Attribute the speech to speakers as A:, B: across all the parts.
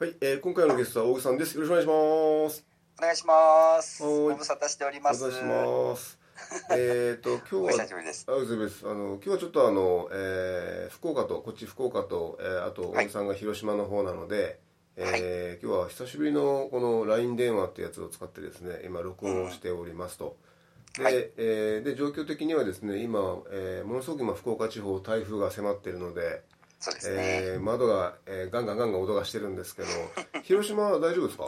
A: はい、えー、今回のゲストは大木さんです。よろしくお願いします。
B: お願いします。
A: はーい
B: ご無沙汰しております。
A: お願いし ます。えっと、
B: お
A: 今日は
B: 久し、ぶりです。
A: あ、うずです。あの、今日はちょっとあの、えー、福岡と、こっち福岡と、えー、あと、
B: は
A: 大
B: い
A: 木さんが広島の方なので、えー今日は久しぶりのこの LINE 電話ってやつを使ってですね、今、録音をしておりますと。
B: うん
A: で、
B: はい
A: えーで、状況的にはですね、今、えーものすごく今、福岡地方、台風が迫っているので、
B: そうですね、
A: えー窓が、えーガンガンガンガン音がしてるん ですけど、広島は大丈夫ですか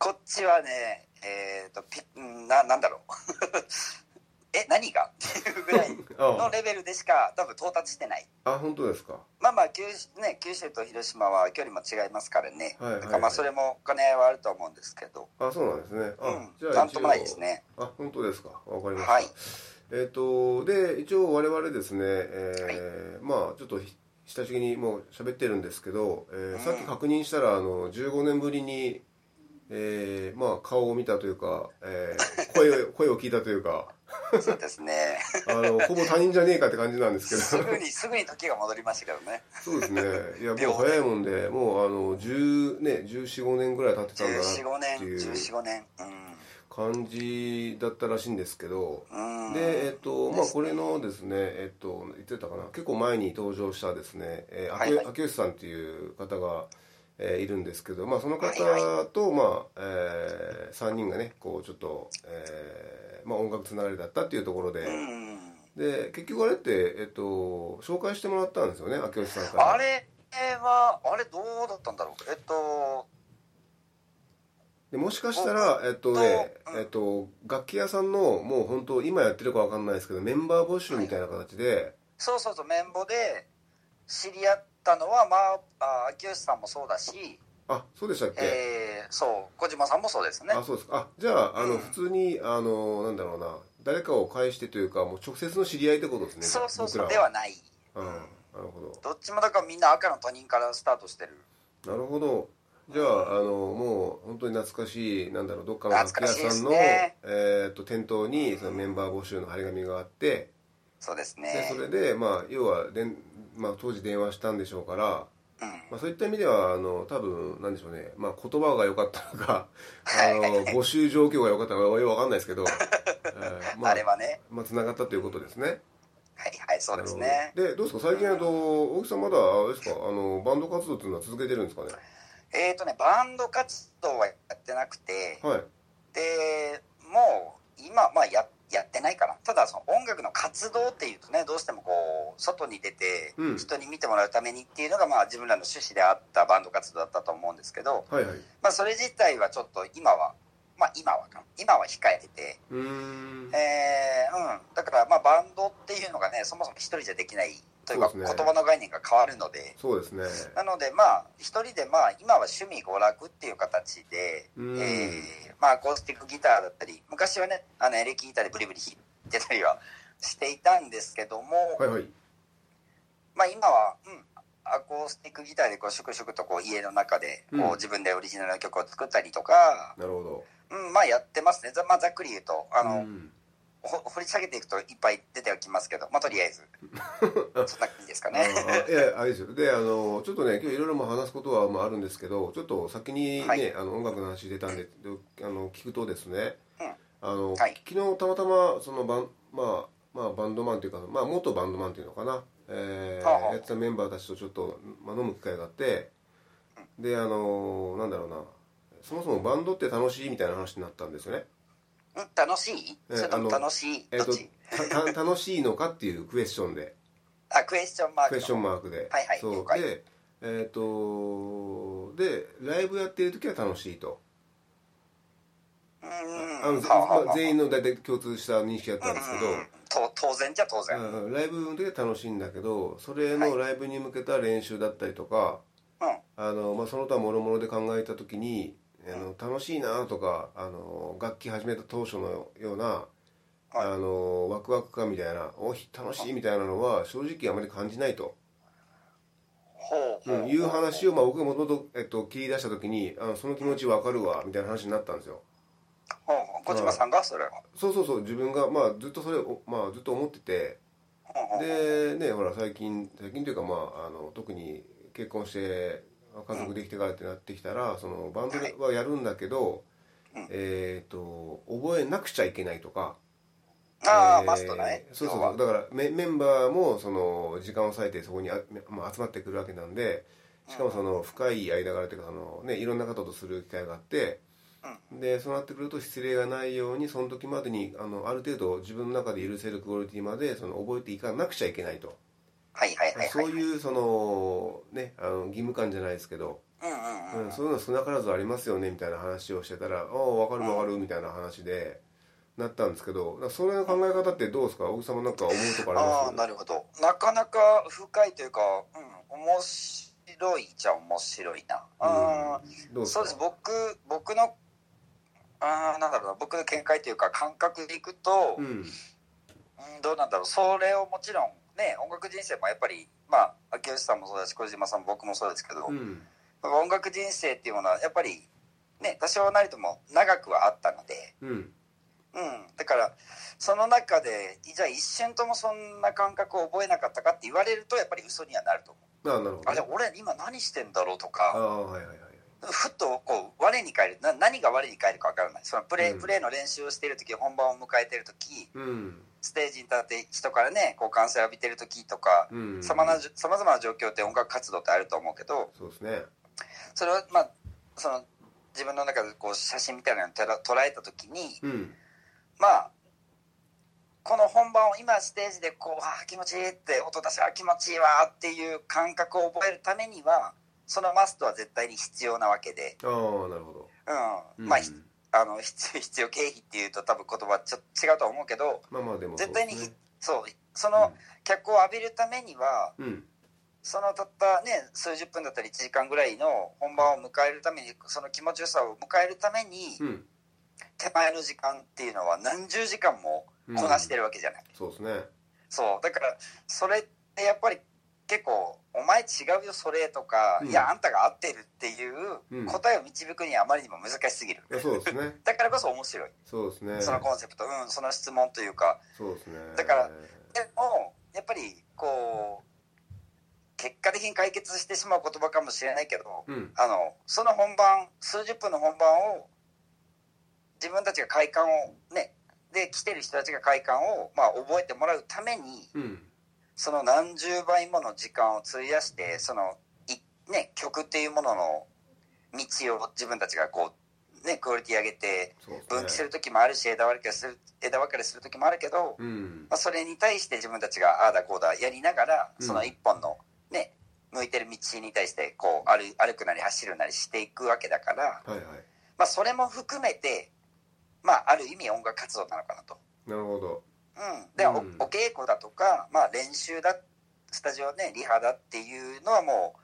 B: こっちはね、えっ、と、ピんな、なんだろう。 え、何がっていうぐらいの
A: あ
B: レベルでしか多分到達してない。
A: あ本当ですか
B: まあまあ九州、ね、九州と広島は距離も違いますからね。
A: はいはいはい
B: だからまあそれも兼ね合いはあると思うんですけど。
A: あそうなんですねあ、
B: う
A: じゃ
B: ん。
A: あ
B: なんともな
A: 一
B: い
A: 応
B: ですね。
A: あ本当ですかわかりました、
B: はい。
A: えっ、とで一応我々ですね、えーまあちょっとひ親しげにもう喋ってるんですけど、えー
B: うん
A: さっき確認したらあの15年ぶりに、えーまあ、顔を見たというか、えー声 を声を聞いたというか
B: そうで すね。
A: あのほぼ他人じゃねえかって感じなんですけど
B: す ぐに、すぐに時が戻りましたけどね。
A: そうですねいやもう早いもんでもうあの10ね1415年ぐらい経ってたんだな
B: 14、5
A: っ
B: 年、
A: ていう
B: 14、5年。
A: 感じだったらしいんですけど
B: うん。うん。
A: でえっとまあ
B: です
A: こ
B: ね
A: れのですねえっと言ってたかな結構前に登場したですね、えー、
B: はいはい
A: 明吉さんっていう方が、えーいるんですけど、まあ、その方
B: はい
A: と、まあえ3人がねこうちょっと、えーまあ、音楽つながりだったっていうところで、
B: うん。
A: で結局あれって、えっと、紹介してもらったんですよね明吉さんから
B: あれは、あれどうだったんだろう。えっと、
A: でもしかしたら、えっとねえっと、楽器屋さんのもう本当今やってるかわかんないですけどメンバー募集みたいな形で。
B: そうそうそう、綿棒で知り合ったのは、まあ、あ秋吉さんもそうだし、
A: あそうでしたっけ、
B: えーそう、小島さんもそうですね
A: あ。そうですかあじゃああの、
B: うん
A: 普通にあのなんだろうな誰かを介してというかもう直接の知り合いってことですね
B: そうそうそう、
A: 僕
B: で
A: ら
B: はない。
A: うん、なるほ
B: どっちもだからみんな赤の他人からスタートしてる。
A: どなるほどじゃああのもう本当に懐かしいなんだろうどっかの楽器
B: 懐
A: 屋
B: かしいで
A: さん
B: す
A: の、
B: ね
A: えー、と店頭にそのメンバー募集の張り紙があって
B: そうです
A: で
B: ね
A: そ。れで、まあ、要はでん、まあ、当時電話したんでしょうから、
B: うん。
A: まあ、そういった意味ではあの多分なんでしょうね、まあ、言葉が良かったのか
B: は
A: あ
B: い
A: の募集状況が良かったのかよくわかんないです けど、えーま
B: あれはね。
A: まあ、つながったということですね。
B: はいはい、そうですね
A: あ。ので、どうですか、最近、あと、大木さん、まだ、あれですか、あの、バンド活動っていうのは続けてるんですかね。
B: えっ、とね、バンド活動はやってなくて、
A: はい。
B: でもう今、まあ、ややってないかなただその音楽の活動っていうとねどうしてもこう外に出て
A: うん
B: 人に見てもらうためにっていうのが、まあ、自分らの趣旨であったバンド活動だったと思うんですけど、
A: はいはい。
B: まあ、それ自体はちょっと今は、まあ、今はか今は控えてて、
A: うーん。
B: えーうん、だからまあバンドっていうのがねそもそも一人じゃできないというか
A: そうで
B: 言
A: すね
B: 葉の概念が変わるので。
A: そうですね。
B: なのでまあ一人でまあ今は趣味娯楽っていう形で、
A: うん
B: えーまあアコースティックギターだったり昔はねあのエレキギターでブリブリ弾いてたりは していたんですけども、
A: はいはい。
B: まあ今は、うん、アコースティックギターでこうシュクシュクとこう家の中で
A: う
B: こ
A: ん
B: う自分でオリジナルの曲を作ったりとか、
A: なるほど。
B: うんまあやってますねざ,、まあ、ざっくり言うとあの、
A: うん
B: ほ掘り下げていくといっぱい出てはきますけどまあとりあえず そんな感じですか
A: あ
B: ね。
A: ーいや、あれですよ。で、あの、ちょっとね、今日いろいろも話すことは、まあ、あるんですけど、ちょっと先にね、
B: はい
A: あの、音楽の話出たんで、あの、聞くとですね。
B: うん
A: あの、
B: はい
A: 昨日たまたま、その、バン、まあ、まあ、バンドマンというか、まあ、元バンドマンというのかな。えー
B: はあはあ
A: やってたメンバーたちとちょっと、まあ、飲む機会があって。で、あの、なんだろうな。そもそもバンドって楽しいみたいな話になったんですよね。
B: うん、楽しい
A: えー
B: それとも
A: あの
B: 楽しい
A: えっ、
B: どっ
A: と
B: ち、
A: たた楽しいのかっていうクエスチョンで。
B: あクエスチョンマーク
A: ク
B: の
A: エスチョンマークで、
B: はいはい
A: そ
B: 了
A: う
B: 解
A: でえっ、とでライブやってる時は楽しいとあのぜまあ全員の大体共通した認識だったんですけど、
B: と当然じゃ当然、うん
A: うんライブの時は楽しいんだけどそれのライブに向けた練習だったりとか、あのまあ、その他諸々で考えた時にあの楽しいなとかあの楽器始めた当初のような、
B: はい
A: あのワクワク感みたいなおひ楽しいみたいなのは正直あまり感じないと、
B: ほ
A: う
B: うほ
A: ん、いう話を、まあ、僕がもともと、えっと、切り出した時にあのその気持ちわかるわみたいな話になったんですよ
B: ほうほう小島さんがそれを
A: そうそうそう自分が、まあ、ずっとそれを、まあ、ずっと思ってて
B: ほうほう
A: でねほら最近最近というか、まあ、あの特に結婚して家族できてからってなってきたらそのバンドはやるんだけど、
B: うん
A: えっ、と覚えなくちゃいけないとか、
B: ああ、
A: えー
B: マストね
A: そうそう
B: 要は
A: そうだからメメンバーもその時間を割いてそこにあ、まあ、集まってくるわけなんでしかもその深い間柄というかその、ね、いろんな方とする機会があって、でそうなってくると失礼がないようにその時までにあのある程度自分の中で許せるクオリティまでその覚えていかなくちゃいけないと、
B: はいはいはいはい
A: そういうその、ね、あの義務感じゃないですけど、
B: うんうんうん
A: うん、そういうの少なからずありますよねみたいな話をしてたら「ああ分かる分かる」みたいな話でなったんですけどだからそれの考え方ってどうですか小木さんもなんか思うとこあ
B: ああ
A: りま
B: なるほどなかなか深いというか、うん、面白いじゃ面白いな、あ
A: す
B: ー
A: どうです
B: そう
A: か
B: です僕僕のあーなんだろうな僕の見解というか感覚でいくと、うん
A: ん
B: どうなんだろうそれをもちろんね音楽人生もやっぱりまあ秋吉さんもそうだし小島さんも僕もそうですけど、
A: うん
B: 音楽人生っていうものはやっぱりね多少なりとも長くはあったので、
A: うん
B: うん、だからその中でじゃあ一瞬ともそんな感覚を覚えなかったかって言われるとやっぱり嘘にはなると
A: あ
B: 思う
A: あなるほど
B: あれ俺今何してんだろうと
A: あ
B: か
A: あはいはいはい
B: ふっとこう我に返るな何が我に返るか分からないそのプレー、
A: うん
B: プレーの練習をしている時本番を迎えている時
A: うん
B: ステージに立って人からねこう歓声を浴びてる時とか
A: うん
B: さまざまな状況って音楽活動ってあると思うけど
A: そうですね
B: それをまあその自分の中でこう写真みたいなのを捉えた時に、
A: うん
B: まあこの本番を今ステージでこうあー気持ちいいって音出しあー気持ちいいわーっていう感覚を覚えるためにはそのマストは絶対に必要なわけで、
A: ああなるほど、
B: う
A: うんん
B: まあひあの 必必要経費っていうと多分言葉ちょっと違うと思うけど
A: まあまあでも
B: 絶対に
A: そう
B: ひ
A: ですね
B: そうその脚光を浴びるためには
A: うん
B: そのたったね数十分だったり1時間ぐらいの本番を迎えるためにその気持ちよさを迎えるために
A: うん
B: 手前の時間っていうのは何十時間も
A: うん
B: こなしてるわけじゃない。
A: そうですね
B: そうだからそれってやっぱり結構「お前違うよそれ」とか、
A: うん
B: いやあんたが合ってる」っていううん答えを導くにはあまりにも難しすぎる、
A: いやそうですね
B: だからこそ面白い、
A: そうですね
B: そのコンセプト、うん、その質問というか
A: そうですね
B: だからでもやっぱりこう結果的に解決してしまう言葉かもしれないけど
A: うん
B: あのその本番数十分の本番を自分たちが快感をねで来てる人たちが快感を、まあ、覚えてもらうために
A: うん
B: その何十倍もの時間を費やしてそのい、ね、曲っていうものの道を自分たちがこう、ね、クオリティ上げて
A: そうですね
B: 分岐する時もあるし枝分けする枝分かれする時もあるけど、
A: うん
B: まあ、それに対して自分たちがああだこうだやりながら
A: うん
B: その一本の、ね、向いてる道に対してこう歩歩くなり走るなりしていくわけだから、
A: はいはい
B: まあ、それも含めて、まあ、ある意味音楽活動なのかなと。
A: なるほど
B: うん、で、お
A: うん
B: お稽古だとか、まあ、練習だスタジオねリハだっていうのはもう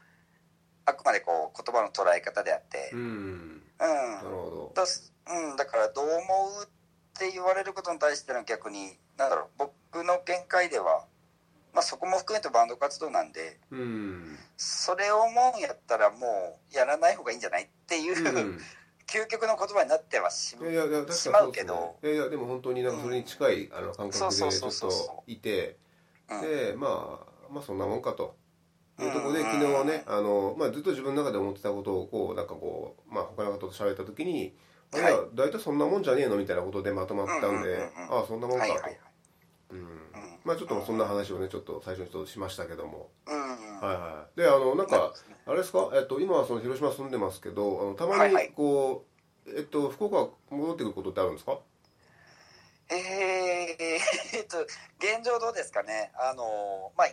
B: あくまでこう言葉の捉え方であって、
A: うん
B: うん
A: なるほど
B: だすうん、だからどう思うって言われることに対しての逆になんだろう僕の見解では、まあ、そこも含めてバンド活動なんで
A: うん
B: それを思うんやったらもうやらない方がいいんじゃないっていう、究極の言葉になってはし
A: い
B: ま
A: や
B: う。
A: いやいや確かに
B: し
A: そう
B: まう
A: です
B: け
A: ね
B: ど
A: いやいやでも本当になんかそれに近い、あの感覚
B: そう
A: で
B: そ
A: ちょ
B: う
A: っ
B: そう
A: と
B: そ
A: いて
B: うん
A: でまあまあそんなもんかと
B: うん
A: いうところで昨日ねあの、まあ、ずっと自分の中で思ってたことをこうなんかこう、まあ、他の方と喋った時に「あい
B: はい
A: や大体そんなもんじゃねえの」みたいなことでまとまったん
B: うんうんうんうん
A: で「ああそんなもんか
B: はい
A: と」
B: はいはい
A: うん
B: ん
A: まあちょっとそんな話をねちょっと最初にちょっとしましたけども、
B: うんうん
A: はいはい、であのなん
B: なるほ
A: か
B: どね
A: あれですか、えっと、今はその広島住んでますけどあのたま
B: はいはい
A: にこう、えっと、福岡戻ってくることってあるんですか
B: えーえっと、現状どうですかね、あのまあ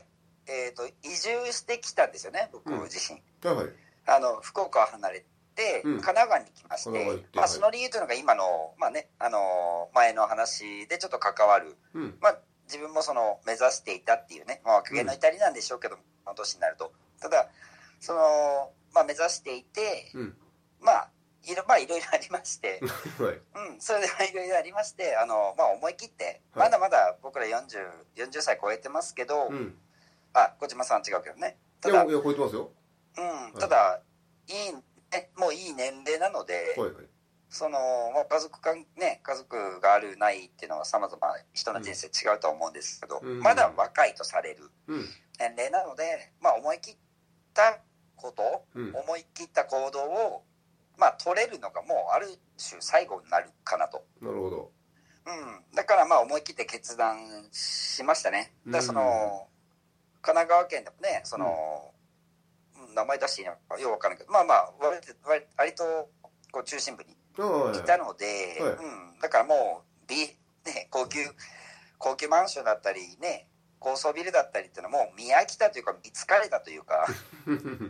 B: えっと移住してきたんですよね、僕
A: うん
B: 自身、
A: はいはい
B: あの福岡を離れて、
A: うん
B: 神奈川に来まし
A: 神奈川行ってて、
B: ま
A: は
B: あ、
A: い
B: その理由というのが今の、まあね、あのー前の話でちょっと関わる、
A: うん
B: まあ、自分もその目指していたっていうね、まあ、若気の至りなんでしょうけども、この年になると。ただ、その、まあ、目指していて、
A: うん
B: まあ、いろ、まあ、いろいろありまして、
A: はい
B: うん、それでまあいろいろありまして、あの、まあ、思い切って、
A: は
B: ま
A: い
B: だまだ僕ら40、40歳超えてますけど、
A: うん
B: あ、小島さんは違うけどね。
A: い
B: ただ、
A: や
B: う
A: いや超えてますよ
B: ん、ただ、いい、ね、もういい年齢なので、
A: はいはい
B: その、まあ、家族関ね、家族があるないっていうのは様々人の人生違うとは思うんですけど、
A: うん
B: まだ若いとされる
A: うん
B: 年齢なので、まあ、思い切ったこと、
A: うん
B: 思い切った行動を、まあ、取れるのがもうある種最後になるかなと。
A: なるほど
B: うん、だからまあ思い切って決断しましたね。だからその、神奈川県でもね、その、うん名前出していいのかよくわからないけど、まあまあ、割と割割とこう中心部に
A: ああはい
B: いたので、
A: はい
B: うん、だからもう、ビね、高級、高級マンションだったりね、高層ビルだったりっていうのはもう見飽きたというか、見つかれたとい うか、う
A: うん
B: ん、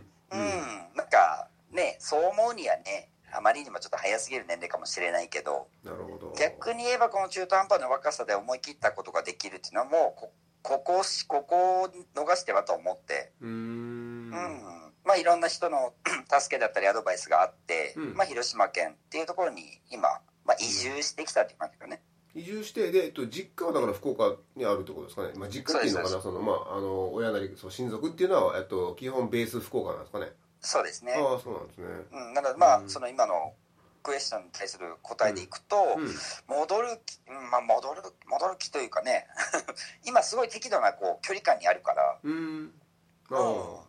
B: なんかね、そう思うにはね、あまりにもちょっと早すぎる年齢かもしれないけど、
A: なるほど
B: 逆に言えばこの中途半端な若さで思い切ったことができるっていうのはもうこここしここを逃してはと思って、
A: うーん
B: うん
A: は
B: まあ、いろんな人の 助けだったりアドバイスがあって、
A: うん
B: まあ、広島県っていうところに今、まあ、移住してきたっていう感じだね、
A: 移住してで、えっと、実家はだから福岡にあるってことですかね、まあ、実家っていうのか
B: そう
A: なそのまああの親なりそう親族っていうのは、えっと、基本ベース福岡なんですかね
B: そうですね、
A: ああそうなんですね
B: うん、なのでまあ
A: うん
B: その今のクエスチョンに対する答えでいくと、戻る気、うんまあ、戻る戻る気というかね 今すごい適度なこう距離感にあるから、
A: うんうんああ
B: うん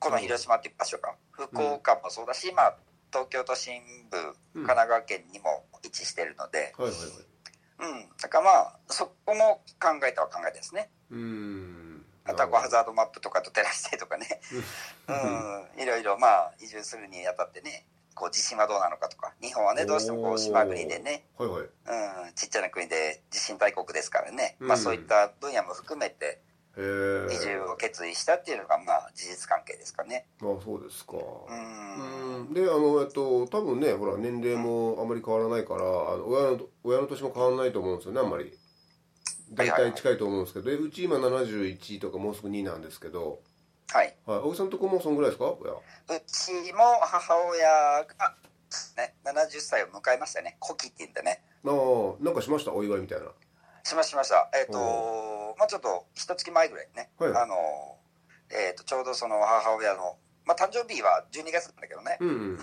B: この広島っていう場所が福岡もそうだし、まあ、東京都心部
A: うん
B: 神奈川県にも位置してるので、
A: はいはいはい
B: うん、だからまあそこも考えたは考えたですね
A: うーん
B: あとはこうハザードマップとかと照らしてとかね、うん、いろいろまあ移住するにあたってねこう地震はどうなのかとか日本はねどうしてもこ
A: おー
B: う島国でね、
A: はいはい
B: うん、ちっちゃな国で地震大国ですからね、
A: うん
B: まあ、そういった分野も含めて
A: へえ
B: 移住を決意したっていうのがまあ事実関係ですかね。
A: あそうですか
B: うん
A: うんであのえっと多分ねほら年齢もあまり変わらないからあの親の親の年も変わらないと思うんですよねあんまり
B: は
A: 大
B: いはいはい
A: 体近いと思うんですけど、えうち今71とかもうすぐ2なんですけど、
B: はい
A: はい、青木さんのとこもそんぐらいですか親
B: うちも母親が、ね、70歳を迎えましたね。古希って言うんでね。
A: ああなんかしましたお祝いみたいな
B: しましたしました。えっ、と、まあちょっと、一月前ぐらいにね。
A: はい
B: あの、えっ、と、ちょうどその母親の、まあ誕生日は12月なんだけどね。
A: うんうん、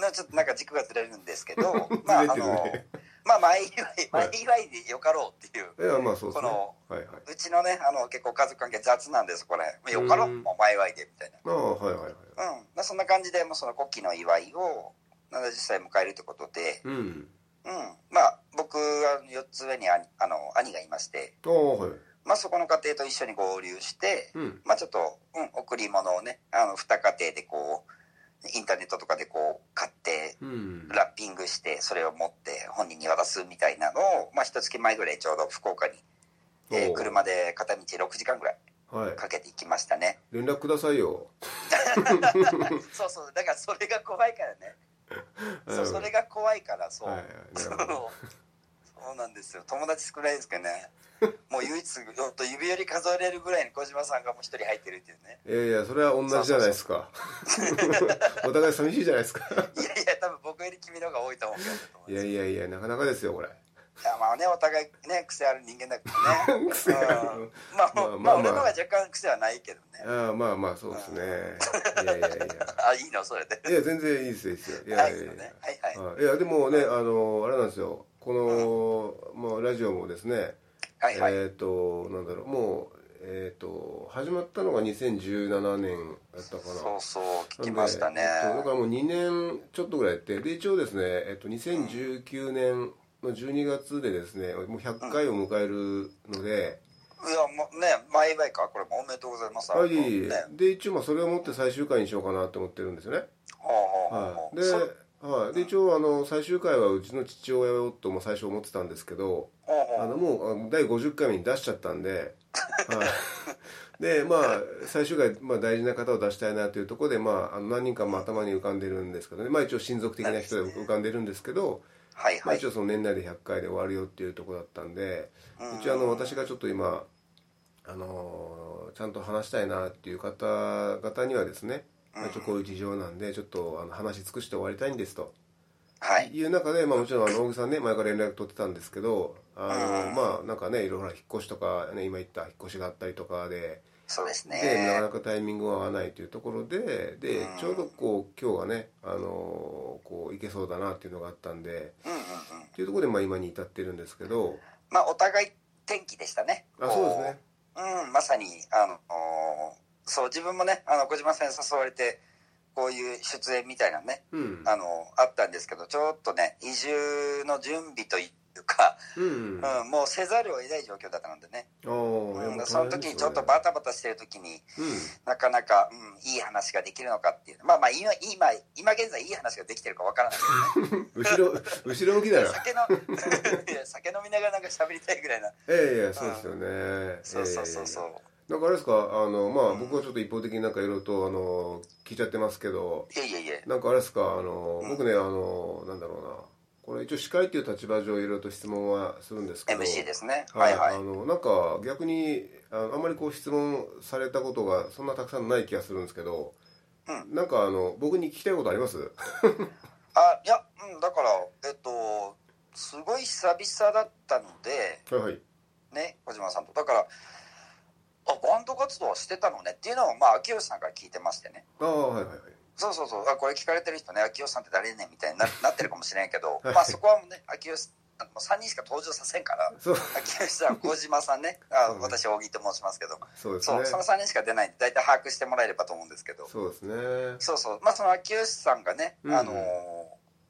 B: なちょっとなんか軸がずれるんですけど まああ
A: ずれてる
B: の
A: ね、
B: まあ前祝い、
A: はい
B: 前祝いでよかろうっていう。
A: いやまあそうですね
B: この
A: はいはいう
B: ちのね、あの、結構家族関係雑なんです、これ。まあよかろう、
A: うん
B: もう前祝いで、みたいな。
A: ああはいはいはい
B: うん。まあそんな感じで、もうその古希の祝いを、70歳迎えるってことで、
A: うん
B: うん、まあ僕は4つ上に兄あの兄がいまして、
A: ああはい
B: まあ、そこの家庭と一緒に合流して、
A: うん
B: まあ、ちょっと、うん、贈り物をねあの2家庭でこうインターネットとかでこう買って
A: うん
B: ラッピングしてそれを持って本人に渡すみたいなのを、まあ、1月前ぐらいちょうど福岡に、えー
A: おう
B: 車で片道6時間ぐらい
A: はい
B: かけて行きましたね
A: 連絡くださいよ
B: そうそうだからそれが怖いからね、そうそれが怖いからそう、
A: はいはい
B: そ
A: な
B: う
A: るほど
B: そうなんですよ友達少ないですけどねもう唯一ほんと指折り数えれるぐらいに小島さんがもう一人入ってるっていうね
A: いやいやそれは同じじゃないですかお互い寂しいじゃないですか
B: いやいや多分僕より君の方が多いと思うけ
A: い
B: ど
A: や
B: い
A: いやいやなかなかですよこれ
B: やまあねお互いね癖ある人間だからね
A: 癖あ
B: うん
A: る
B: まあ、
A: まあまあ
B: まあまあ
A: まあ
B: 俺の方が若干癖はないけどね
A: ああまあまあそうですねいやいやい
B: あいいのそれで
A: やいや全然いいですよいいですよいや
B: はいい
A: やい
B: いい
A: や
B: のねはいはい
A: はいいやでもねあのあれなんですよこの、まあ、ラジオもですね
B: はいはい、
A: えっ、となんだろうもうえっ、と始まったのが2017年だったかな
B: そうそう聞きましたね
A: なんでえっとだからもう2年ちょっとぐらいやってで一応ですね、えっと、2019年の12月でですねもう100回を迎えるので、
B: いやもうね前祝いかこれもおめでとうございます
A: はい
B: ね
A: で一応まあそれをもって最終回にしようかなと思ってるんですよね、
B: ほうほうほ
A: は
B: う
A: い、で,、
B: そ
A: はい、で一応あの最終回はうちの父親をとも最初思ってたんですけど
B: ほうほう
A: あのもうあの第50回目に出しちゃったんで、はいでまあ最終回、まあ、大事な方を出したいなというところで、まあ、あの何人かも頭に浮かんでるんですけどね、まあ、一応親族的な人で浮かんでるんですけど、
B: はい
A: まあ、
B: はい
A: 一。応その年内で100回で終わるよっていうところだったんで
B: うん
A: 一応あの私がちょっと今、あのーちゃんと話したいなっていう方々にはですね、まあ、一応こういう事情なんでちょっとあの話し尽くして終わりたいんですと。
B: はい。
A: いう中で、まあ、もちろんあの大木さんね前から連絡取ってたんですけどあ
B: うん
A: のまあなんかねいろいろほら引っ越しとか、ね、今言った引っ越しがあったりとかで
B: そうです
A: でなか
B: ね。
A: なかタイミングが合わないというところでで
B: うん
A: ちょうどこう今日はねあのこう行けそうだなっていうのがあったんで
B: うんうんうん。
A: っていうところで、まあ、今に至ってるんですけど
B: まあ、お互い天気でしたね。
A: あそうですね
B: うん、まさに、あの、おーそう、自分もね、あの、小島さんに誘われて、こういう出演みたいなのね、
A: うん
B: あの、あったんですけど、ちょっとね、移住の準備というか、
A: うんうんあ
B: うん、もうせざるを得ない状況だったのでね、
A: あ
B: うん、その時にちょっとバタバタしてる時に、
A: う
B: なかなか、うん、いい話ができるのかっていう、まあまあ、今、今、今現在いい話ができてるかわ からないけどね。
A: ん後ろ後ろ向き だな
B: 酒のいや酒飲みながらなんか喋りたいぐらいな
A: ええいやそうですよね
B: そうそうそうそう、
A: なんかあれですかあのまあ僕はちょっと一方的になんかいろいろとあの聞いちゃってますけど
B: いやいやいや
A: なんかあれですかあの
B: うん
A: 僕ねあのなんだろうなこれ一応司会っていう立場上いろいろと質問はするんですけど
B: MC ですね
A: は
B: はいいはい、
A: あのなんか逆にああんまりこう質問されたことがそんなたくさんない気がするんですけど、
B: う
A: なんかあの僕に聞きたいことあり ます
B: あいやうんだからえっとすごい久々だったので
A: はいはい
B: ね小島さんとだからあバンド活動してたのねっていうのをまあ秋吉さんから聞いてましてね
A: ああはいはいはい
B: そうそうそうあこれ聞かれてる人ね秋吉さんって誰ねみたい にななってるかもしれんけどまあそこはもうね秋吉さんもう3人しか登場させんから
A: そう
B: 秋吉さん小島さんねあ
A: うん
B: 私大木と申しますけど
A: そうです
B: そ
A: ね
B: うその3人しか出ないんで大体把握してもらえればと思うんですけど
A: そうですね
B: そうそうまあその秋吉さんがね、
A: うん
B: あのー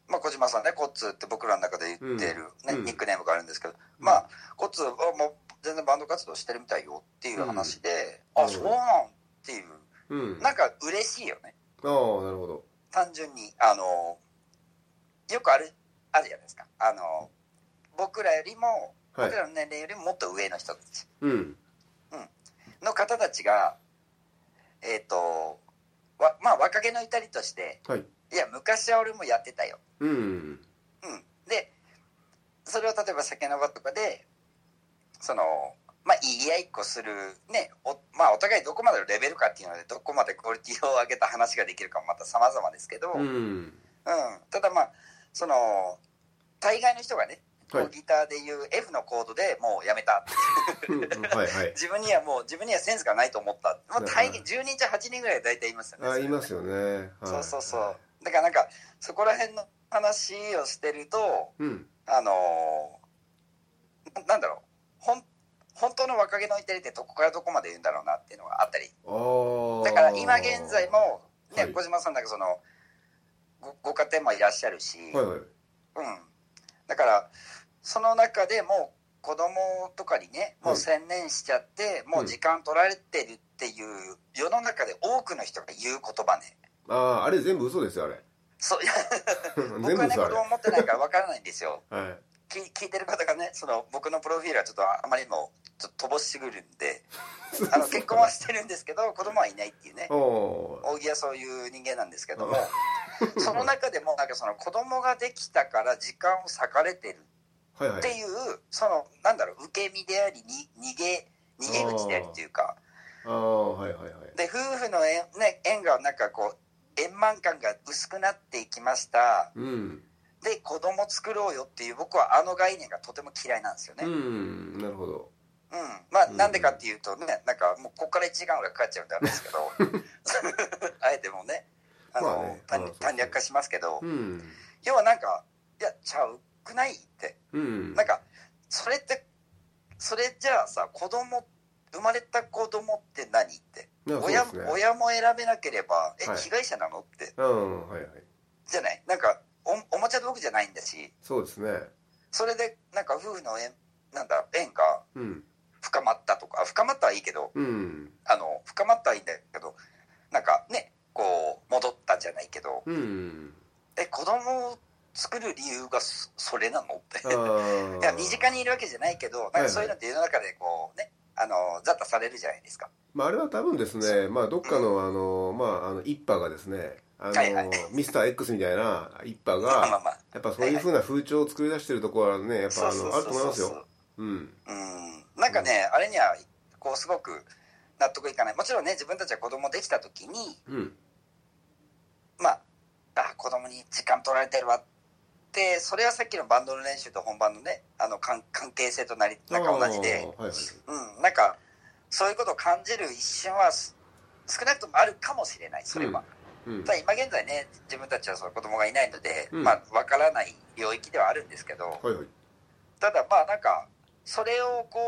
B: まあ、小島さんねコッツーって僕らの中で言っている、ね
A: うんうん
B: ニックネームがあるんですけど、
A: うん
B: まあコッツーはもう全然バンド活動してるみたいよっていう話で、
A: うん
B: あそうなんっていう
A: うんあ
B: なんか嬉しいよね
A: あーなるほど
B: 単純にあのーよくあるあるじゃないですかあのー僕らよりも
A: はい
B: 僕らの年齢よりももっと上の人たち、
A: うん
B: の方たちが、えっ、と、わまあ、若気の至りとして、
A: はい
B: いや、昔は俺もやってたよ。
A: うん
B: うん。で、それを例えば酒の場とかで、その、まあ、言い合いっこする、ね、お、まあ、お互いどこまでのレベルかっていうので、どこまでクオリティを上げた話ができるかもまた様々ですけど、
A: う
B: うん。
A: ん
B: ただまあ、その、大概の人がね、こ
A: は
B: う
A: い
B: ギターでいう F のコードでもうやめた
A: うんうんはいはい
B: 自分にはもう自分にはセンスがないと思った、まあ、大
A: うんう
B: 概
A: ん
B: 10人中8人ぐらいは大体いますよね
A: あ
B: それ
A: 言いますよね、はい、
B: そうそうそうだからなんかそこら辺の話をしてると
A: うん
B: あのーななんだろうほん本当の若気の至りってどこからどこまで言うんだろうなっていうのがあったり
A: あー
B: だから今現在も、ね
A: はい
B: 小島さんだけそのごご家庭もいらっしゃるし、
A: はいはい
B: うん、だからその中でもう子供とかにねもう専念しちゃって、もう時間取られてるっていう世の中で多くの人が言う言葉ね
A: あああれ全部嘘ですよあ れ
B: そういや
A: 全
B: 僕
A: 部
B: は
A: 嘘
B: ね子
A: あれ
B: 供持ってないからわからないんですよ
A: はい
B: 聞聞いてる方がねその僕のプロフィールはちょっとあまりにもちょっと乏しぐるんであ の結婚はしてるんですけど子供はいないっていうね
A: お お
B: 大木はそういう人間なんですけども
A: あ
B: その中でもなんかその子供ができたから時間を割かれてる
A: はいは
B: っ
A: い
B: ていう、そのなんだろう受け身でありに逃げ逃げ口でありというか
A: ああはいはいはい
B: で夫婦の縁,、ね、縁がなんかこう円満感が薄くなっていきました
A: うん
B: で子供作ろうよっていう僕はあの概念がとても嫌いなんですよね、
A: う
B: う
A: ん
B: ん
A: なるほど
B: まあ
A: うん
B: なんでかっていうとねなんかもうここから1時間ぐらいかかっちゃうんであ れですけどあえてもうねあの、
A: まあねあ
B: 短
A: そうそう
B: 短略化しますけど、
A: うん
B: 要はなんかいやちゃうくないって
A: うん
B: なんかそれってそれじゃあさ子供生まれた子供って何って
A: なんか
B: 親
A: そうですね
B: 親も選べなければえ、
A: はい
B: 被害者なのって
A: うんはいはい
B: じゃないなんかおおもちゃ道具じゃないんだし
A: そうですね
B: それでなんか夫婦の縁なんだ縁が
A: うん
B: 深まったとかあ深まったはいいけど
A: うん
B: あの深まったはいいんだけどなんかねこう戻ったじゃないけど
A: うん
B: え子供を作る理由がそそれなのって
A: ああ
B: いや身近にいるわけじゃないけどなんかそういうのって世の中でこうねあの雑多されるじゃないですか。
A: まあ、あれは多分ですね、まあ、どっかの、あの、まあ、あの、一派がですね、あの、
B: はいはい
A: ミスター X みたいな一派が、
B: まあまあまあ
A: やっぱそういう風な風潮を作り出してるところはね、やっぱ、あ
B: そう
A: の、
B: そ
A: あ
B: う
A: る
B: そ
A: と
B: う
A: 思います
B: そう
A: よ。うん。
B: うんなんかね、あれにはこうすごく納得いかないもちろんね自分たちが子供できた時に
A: うん。
B: まああ子供に時間取られてるわってそれはさっきのバンドの練習と本番のねあの関関係性となりなんか同じで、
A: あーはいはい。
B: うん、なんかそういうことを感じる一瞬はす少なくともあるかもしれないそれは、
A: うん
B: た。だ今現在ね自分たちはその子供がいないので、
A: うん
B: まあわからない領域ではあるんですけど、
A: はいはい。
B: ただまあなんかそれをこ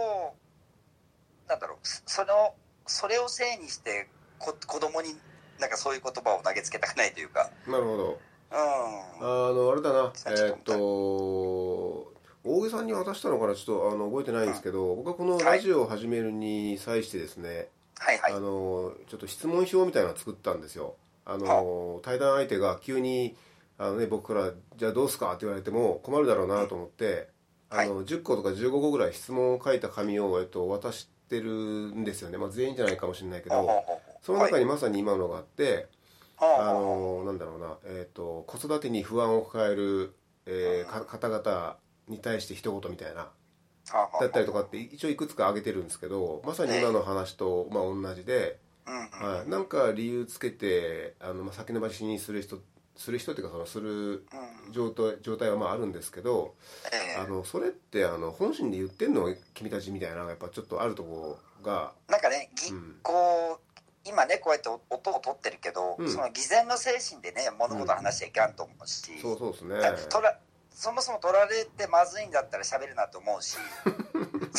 B: うなんだろうそそのそれをせいにしてこ子供になんかそういう言葉を投げつけたくないというか
A: なるほど。
B: うん
A: あの、あれだな、
B: さっきと
A: えーっと、大げさに渡したのかな、ちょっとあの覚えてないんですけど、僕はこのラジオを始めるに際してですね、
B: はいはい
A: あのちょっと質問票みたいなのを作ったんですよ。あの対談相手が急にあの、ね、僕から「じゃあどうすか?」って言われても困るだろうなと思って、
B: はい
A: あの10個とか15個ぐらい質問を書いた紙を、えっと、渡してるんですよね、まあ、全員じゃないかもしれないけ
B: ほうほう
A: ど
B: ほう
A: その中にまさに今のがあって、
B: はい
A: あ
B: ほうほうほう
A: のなんだろうな、えっと子育てに不安を抱える、えーか方々に対して一言みたいな。
B: ほうほう
A: だったりとかって一応いくつか挙げてるんですけどまさに今の話と、まあ、同じで、
B: うんうん
A: はい、なんか理由つけてあの、まあ、先延ばしにする人する人っていうかそのする
B: うん
A: 状態状態はまああるんですけど
B: え
A: あ
B: え
A: のそれってあの本心で言ってんの君たちみたいなのがやっぱちょっとあるところが
B: なんかねぎ
A: うん
B: こう今ねこうやってお音を取ってるけど、
A: うん
B: その偽善の精神でね物事を話しちゃいかんと思うし、
A: そうそうですね
B: だから取らそもそも取られてまずいんだったら喋るなと思うし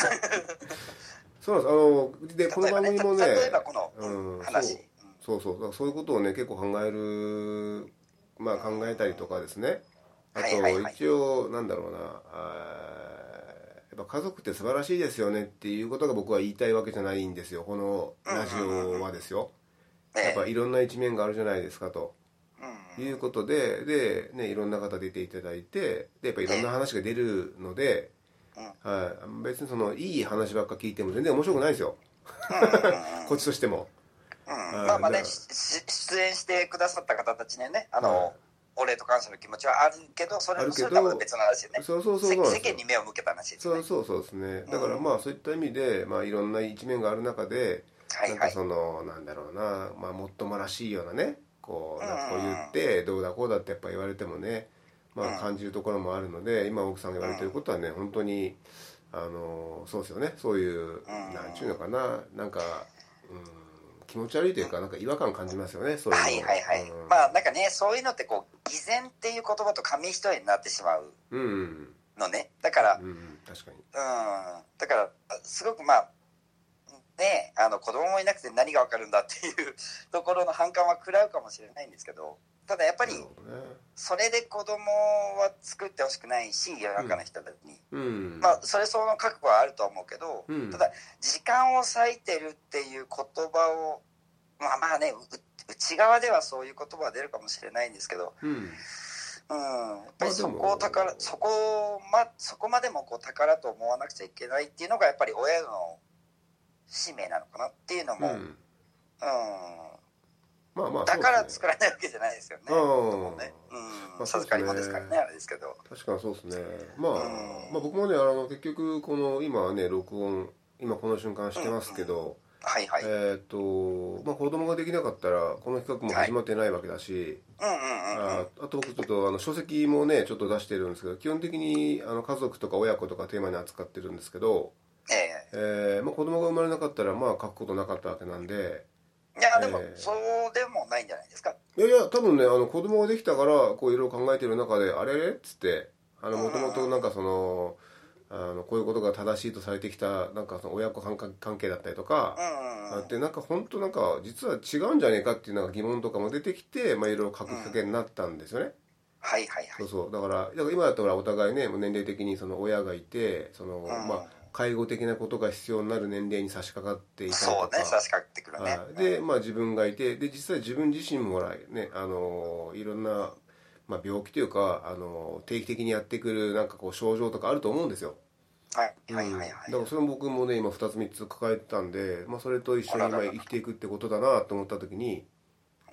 A: そうなんですあのでこの番組もね
B: 例えばこの、うん
A: うん
B: 話
A: そうそうそうだからそういうことをね結構考えるまあ考えたりとかですねあ
B: はいはい
A: と
B: はい
A: 一応なんだろうなあーやっぱ家族って素晴らしいですよねっていうことが僕は言いたいわけじゃないんですよこのラジオはですよ
B: うん
A: やっ
B: え
A: ぱ
B: え
A: いろんな一面があるじゃないですかと
B: うん
A: いうことでで、ね、いろんな方出ていただいてでやっぱいろんな話が出るので、はい、別にそのいい話ばっか聞いても全然面白くないですよこっちとしても。
B: うん
A: うん
B: まあま
A: だか
B: あね
A: ら
B: しし出演してくださった方たちにねあの、
A: はい
B: お礼と感謝の気持ちはあるけどそれ
A: ある
B: も
A: け
B: そ
A: ど
B: れとはまた別の話よね
A: そうそうそうそうなんで
B: 世
A: す
B: 世
A: よ
B: 間に目を向けた話です
A: そ
B: ね
A: うそうそうですねだからまあそういった意味で、まあ、いろんな一面がある中で、
B: はいはい
A: なんかそのなんだろうな、まあ、もっともらしいようなねこう
B: うん
A: なんかこう言ってどうだこうだってやっぱ言われてもね、まあ、感じるところもあるので今奥さんが言われてることはね本当にあのそうですよねそういうなんちゅうのかななんか、うん、気持ち悪いというかなんか違和感感じますよねそういうの
B: はいはいはい、
A: うん
B: まあなんかねそういうのってこう偽善っていう言葉と紙一重になってしまう
A: うんうん
B: のねだから、
A: うんうん確かに
B: うんだからすごくまあねあの子供もいなくて何が分かるんだっていうところの反感は食らうかもしれないんですけどただやっぱり
A: なるほどね
B: それで子供は作ってほしくないし世の中の人たちに、
A: うん
B: まあそれ相応の覚悟はあるとは思うけど、
A: うん
B: ただ時間を割いてるっていう言葉をまあまあねう内側ではそういう言葉は出るかもしれないんですけど、
A: うん
B: うん、やっぱりそ
A: まあ
B: こ
A: で
B: を
A: も
B: 宝そこをまそこまでもこう宝と思わなくちゃいけないっていうのがやっぱり親の使命なのかなっていうの
A: う
B: も、うん
A: んまあまあ
B: だから
A: そうですね
B: 作らないわけじゃないですよね。
A: うん
B: ねう
A: まあ
B: ん、
A: そうですね
B: 授かりもですからねあれですけど、
A: 確かにそうですね、まあ、
B: うん
A: まあ僕もねあの結局この今はね録音今この瞬間してますけど、
B: はいはい、
A: えっ、と、まあ、子供ができなかったらこの企画も始まってないわけだし、
B: うんうんうん
A: あ
B: うん、
A: あと僕ちょっとあの書籍もねちょっと出してるんですけど基本的にあの家族とか親子とかテーマに扱ってるんですけど、
B: え
A: えーまあ、子供が生まれなかったらまあ書くことなかったわけなんで
B: えいやでも、
A: ええ
B: そうでもないんじゃないですか。
A: いやいや多分ねあの子供ができたからこういろいろ考えてる中であれれっつってあのもともとなんかそのあのこういうことが正しいとされてきたなんかその親子関関係だったりと
B: う
A: か、
B: んうんう
A: あ
B: ん
A: っ、てなんか本当なんか実は違うんじゃねえかっていうなんか疑問とかも出てきて、まあ、いろいろ書くきっかけになったんですよね、
B: はいはいはい。
A: そうそうだからだから今だったらお互いねもう年齢的にその親がいてその、まあ、介護的なことが必要になる年齢に差し掛かっていたりとか
B: そうね差し掛けてくるね。
A: はい、で、まあ、自分がいてで実際自分自身もほら、ねあのーいろんな、まあ、病気というか、あのー定期的にやってくるなんかこう症状とかあると思うんですよ、
B: はいはいはいはい
A: うんだからそれも僕もね今2つ3つ抱えてたんで、まあ、それと一緒に今生きていくってことだなと思った時に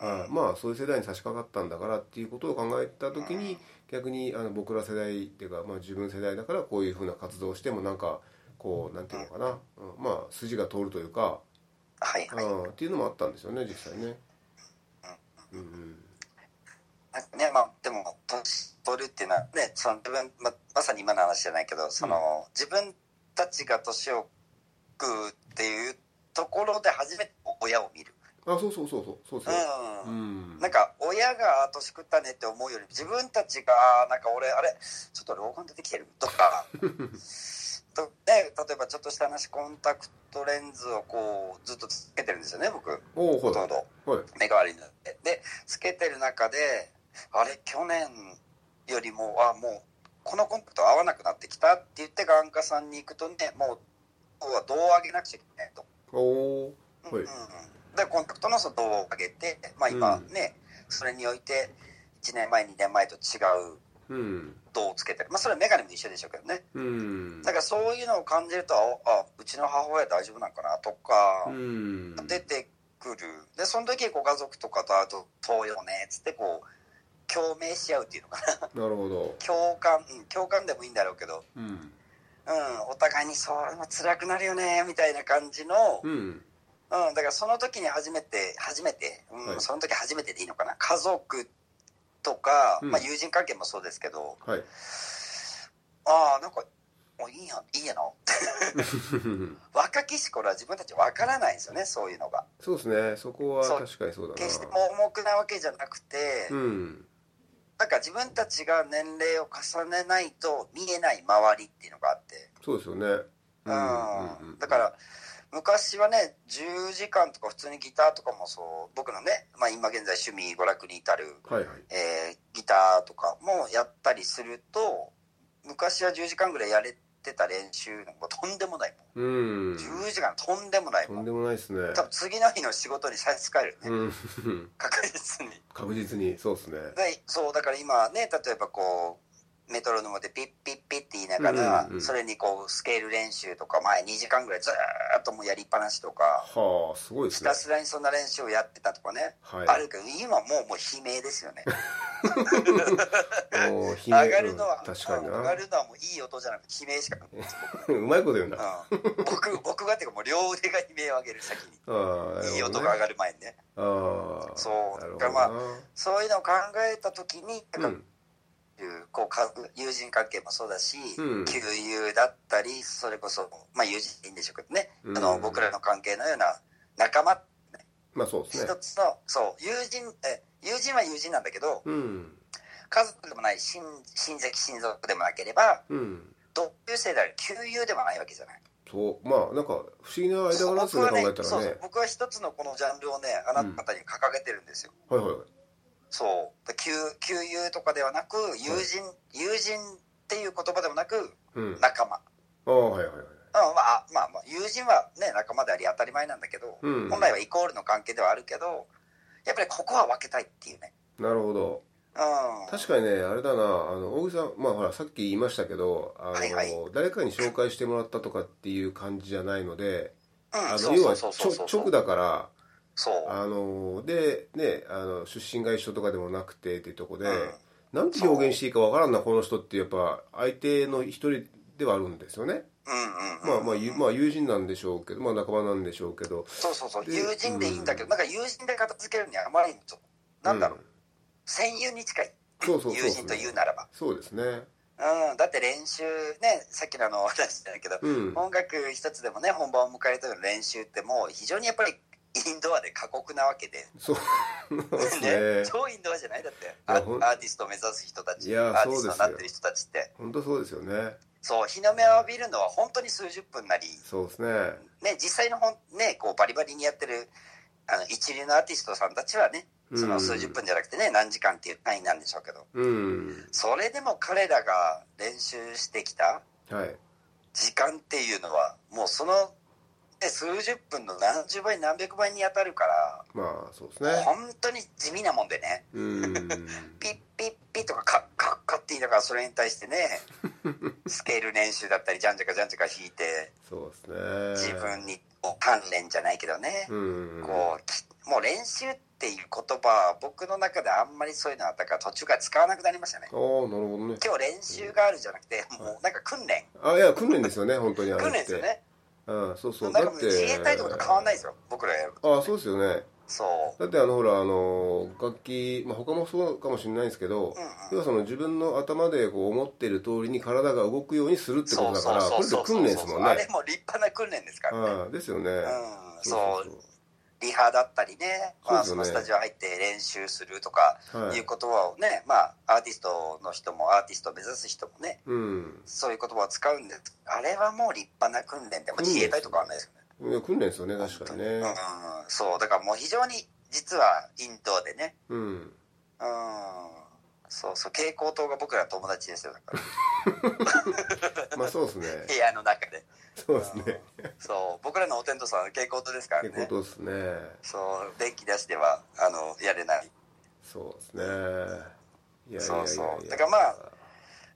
B: うん
A: まあそういう世代に差し掛かったんだからっていうことを考えた時に逆にあの僕ら世代っていうか、まあ、自分世代だからこういうふうな活動をしてもなんかこうなんていうのかな、うん、まあ筋が通るというか、
B: はいはい
A: うん、っていうのもあったんですよね実際ね。うんうん
B: なんかねまあ、でも年取るっていうのは、ね、その自分ままさに今の話じゃないけどその、自分たちが年を食うっていうところで初めて親を見る、
A: あそうそうそうそうそうですよ。
B: う
A: うんん
B: なんか親が年食ったねって思うより自分たちがなんか俺あれちょっと老眼出てきてる とかと、ね、例えばちょっとした話コンタクトレンズをこうずっとつけてるんですよね僕
A: おおほ
B: ほと
A: ら
B: んど。
A: はい
B: 目代わりになってでつけてる中であれ去年よりもあもうこのコンタクト合わなくなってきたって言って眼科さんに行くとねもう今日は度を上げなくちゃいけないと、
A: おお
B: うん
A: は
B: うん
A: い
B: でコンタクトのその度を上げて、まあ、今ね、それにおいて1年前2年前と違う
A: うん
B: 度をつけてるまあそれは眼鏡も一緒でしょうけどね
A: うん
B: だからそういうのを感じるとああうちの母親大丈夫なんかなとか、
A: うん
B: 出てくるでその時ご家族とかと会うと「そうよね」っつってこう共鳴し合うっていうのかな
A: なるほど。
B: 共感、うん、共感でもいいんだろうけど、
A: うん
B: うん、お互いに「そうれも辛くなるよね」みたいな感じの、う
A: うんん
B: だからその時に初めて初めて、うん
A: はい
B: その時初めてでいいのかな家族とか、
A: うん
B: まあ、友人関係もそうですけど
A: はい。
B: ああなんかおいいやいいやな若きし頃は自分たちわからないんですよねそういうのが
A: そうですね。そこは
B: そう
A: 確かにそうだな。
B: 決して重くなわけじゃなくて、
A: うん。
B: なんか自分たちが年齢を重ねないと見えない周りっていうのがあって、
A: そうですよね。
B: うんだか。ら昔はね10時間とか普通にギターとかもそう僕のね、まあ、今現在趣味娯楽に至る、
A: はいはい。
B: えーギターとかもやったりすると昔は10時間ぐらいやれてた練習なんかとんでもないもん
A: うん。
B: 10時間とんでもない
A: と
B: も
A: ん
B: ん
A: でもないですね。
B: 多分次の日の仕事に差し支えるよね、
A: うん。
B: 確実に。
A: 確実にそうですね。
B: でそうだから今ね例えばこうメトロノームでピッピッピッって言いなが
A: う
B: ら、
A: んうんうん
B: それにこうスケール練習とか前2時間ぐらいずーっともうやりっぱなしとか
A: はあ、すごいで
B: ひ
A: すね
B: た。すらにそんな練習をやってたとかね、
A: はい。
B: あるけど今もうもう悲鳴です よね
A: おー
B: 上がるのは、
A: うん確かに
B: うん上がるのはもういい音じゃなくて悲鳴し か、
A: な。うまいこと言うんだ。あ
B: うん、僕僕がっていうかもう両腕が悲鳴を上げる先に
A: あー。
B: いい
A: な
B: 音が
A: る
B: 上がる前にね
A: ほどね。ああ。
B: そう
A: なるほ
B: だ
A: ど
B: から
A: な
B: ま。そういうのを考えた時になん
A: う
B: か
A: ん。
B: こうか友人関係もそうだし、
A: うん
B: 旧友だったりそれこそ、まあ、友人でいいんでしょうけどね、
A: うん
B: あの僕らの関係のような仲間
A: まあそうです
B: 一
A: ね。
B: つの、そう友人え友人は友人なんだけど
A: うん。
B: 家族でもない親親戚親族でもなければ
A: うん。
B: 同級生である旧友でもないわけじゃない。
A: そう。まあなんか不思議な間柄です
B: 僕
A: よ
B: は
A: ね
B: ね
A: 考えた
B: そ
A: ら
B: うそ
A: ね
B: う。僕は一つのこのジャンルをねあなた方に掲げてるんですよ。
A: はいはい。
B: そう旧旧友とかではなく友人、友人っていう言葉でもなく
A: うん。
B: 仲間。
A: ああはいはいはい。
B: うんまあまあ、まあ、友人はね仲間であり当たり前なんだけど、
A: うん
B: 本来はイコールの関係ではあるけどやっぱりここは分けたいっていうね、
A: なるほど。
B: うん、
A: 確かにねあれだなあの大木さんまあほらさっき言いましたけどあの、
B: はいはい
A: 誰かに紹介してもらったとかっていう感じじゃないので
B: う
A: あ
B: ん、そ
A: の
B: う
A: 要
B: そ
A: は
B: う
A: ち
B: そ
A: ょ
B: うそうそう
A: 直だから
B: そう
A: あのでねあの出身が一緒とかでもなくてっていうとこで、
B: うん
A: なんて表現していいかわからんなこの人ってやっぱ相手の一人ではあるんですよね、
B: うん
A: ま
B: うん
A: あまあ、ゆまあ友人なんでしょうけどまあ仲間なんでしょうけど
B: そうそうそう
A: で
B: 友人でいいんだけど、なんか友人で片付けるにはあまりにちょっとなんだろう、
A: ん
B: 戦友に近い
A: そうそうそうそう
B: 友人というならば、
A: そうですね
B: うん、だって練習ねさっきのあの 話じゃないけど、
A: うん
B: 音楽一つでもね本番を迎えるための練習ってもう非常にやっぱりインドアで過酷なわけで、
A: そうそうです
B: ね
A: ね、
B: 超インドアじゃないだって
A: や
B: ア
A: ほん
B: アーティストを目指す人た
A: い
B: ち
A: や
B: アーティストにな
A: そ
B: っ
A: う
B: て
A: で
B: る人たちって
A: 本当そうですよね
B: そう日の目を浴びるのは本当に数十分なり、
A: そうですね
B: ね、実際のほん、ね、こうバリバリにやってるあの一流のアーティストさんたちはねその数十分じゃなくてね、何時間っていう単位なんでしょうけど
A: うん
B: それでも彼らが練習してきた
A: はい
B: 時間っていうのはもうその、ね、数十分の何十倍何百倍に当たるから
A: まあそうですね
B: 本当に地味なもんでね。
A: うーん
B: ピッピッピッとかカッカッカッって言いながらそれに対してねスケール練習だったりじゃんじゃかじゃんじゃか弾いて
A: そうですね
B: 自分にこう鍛錬じゃないけどね、
A: うん
B: こうきもう練習っていう言葉は僕の中であんまりそういうのあったから途中から使わなくなりましたね
A: ああーなるほどね
B: 今日練習があるじゃなくてもうなんか訓練
A: あいや訓練ですよね本当にあれって
B: 訓練ですよね
A: うんそうそう
B: なん
A: だ
B: か
A: っ
B: 自
A: て
B: 衛隊とかと変わんないですよ僕らやる
A: ああそうですよね
B: そう
A: だってあのほらあの楽器、まあ、他もそうかもしれないんですけど、
B: うんうん
A: 要はその自分の頭でこう思ってる通りに体が動くようにするってことだからこれって訓練ですもん
B: あれ
A: ね
B: も立派な訓練ですからね、
A: ああですよね、
B: うんそうリハだったりね、まあ、
A: そ
B: そ
A: で
B: うの
A: すよね
B: スタジオ入って練習するとか
A: そうはいいう
B: 言葉をね、まあアーティストの人もアーティストを目指す人もね
A: うん
B: そういう言葉を使うんですあれはもう立派な訓練でも
A: 訓練
B: 自衛隊とかはないですよね
A: いや訓練ですよね確かにね
B: うん、そうだからもう非常に実はインドでね
A: うん
B: うんそうそう蛍光灯が僕らの友達ですよだから
A: まあそう ですね
B: 部屋の中で
A: そうですね
B: うんそう僕らのお天道さんは蛍光灯ですから
A: って
B: ね
A: ことですね
B: そう電気出してはあのやれない
A: そうですねいやいやいやいや
B: そうそうだからまあ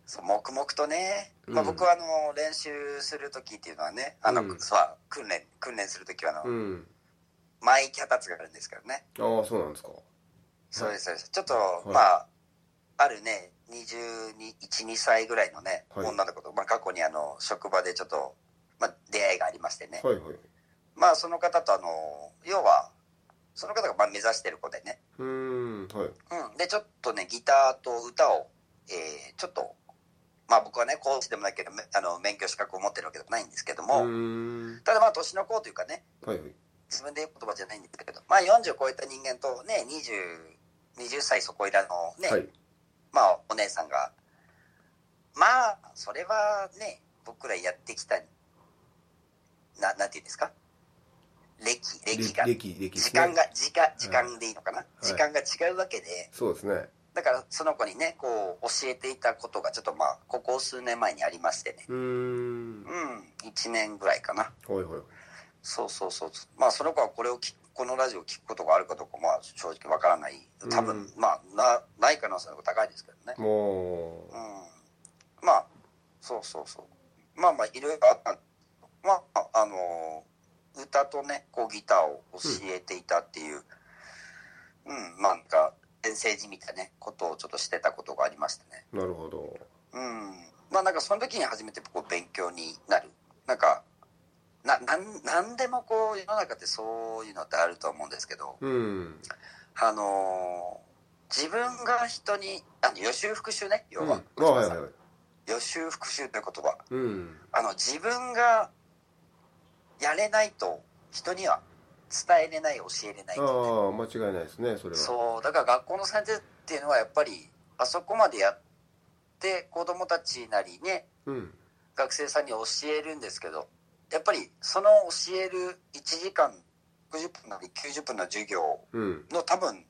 B: そう黙々とね、まあ、
A: うん
B: 僕はあの練習する時っていうのはねあの、
A: うん
B: そう訓練訓練する時はあの、
A: うん
B: マイ脚立があるんですけどね
A: ああそうなんですか
B: そうですそうですちょっと、
A: い
B: まああるね212歳ぐらいのね、
A: はい
B: 女の子と、まあ、過去にあの職場でちょっと、まあ、出会いがありましてね、
A: はいはい
B: まあその方とあの要はその方がまあ目指してる子でね
A: うーんはい
B: うん、でちょっとねギターと歌を、えーちょっとまあ僕はね講師でもないけどめあの免許資格を持ってるわけでもないんですけど
A: う
B: も、
A: ーん
B: ただまあ年の子というかね
A: はいはい
B: 自分で言う言葉じゃないんですけどまあ40超えた人間とね 20, 20歳そこいらのね、
A: はい
B: まあお姉さんがまあそれはね僕らやってきたななんていうんですか歴歴が
A: 歴歴です
B: 時
A: ね
B: 間が時間時間でいいのかな、時間が違うわけで。
A: そうですね
B: だからその子にねこう教えていたことがちょっとまあここ数年前にありましてね
A: うーん
B: う。ん1年ぐらいかな
A: はいはい。
B: そうそうそうまあその子はこれを聞くこのラジオを聞くことがあるかどうかまあ正直わからない多分、
A: うん
B: まあなない可能性の方が高いですけどね
A: も
B: うんまあそうそうそうまあまあいろいろあったまああの歌とねこうギターを教えていたっていううん、まあなんか先生じみたねことをちょっとしてたことがありましたね
A: う、なるほど。
B: うん、まあなんかその時に初めてこう勉強になるなんかななんなんでもこう世の中ってそういうのってあると思うんですけど
A: うん。
B: あのー自分が人にあの予習復習ね要
A: うん、
B: は
A: あ、、はいはいはい。
B: 予習復習という言葉
A: うん。
B: あの自分がやれないと人には伝えれない教えれない
A: ああ、間違いないですね、それは。
B: そうだから学校の先生っていうのはやっぱりあそこまでやって子供たちなりね
A: うん。
B: 学生さんに教えるんですけどやっぱりその教える1時間60分なり90分の授業
A: うん。
B: の多分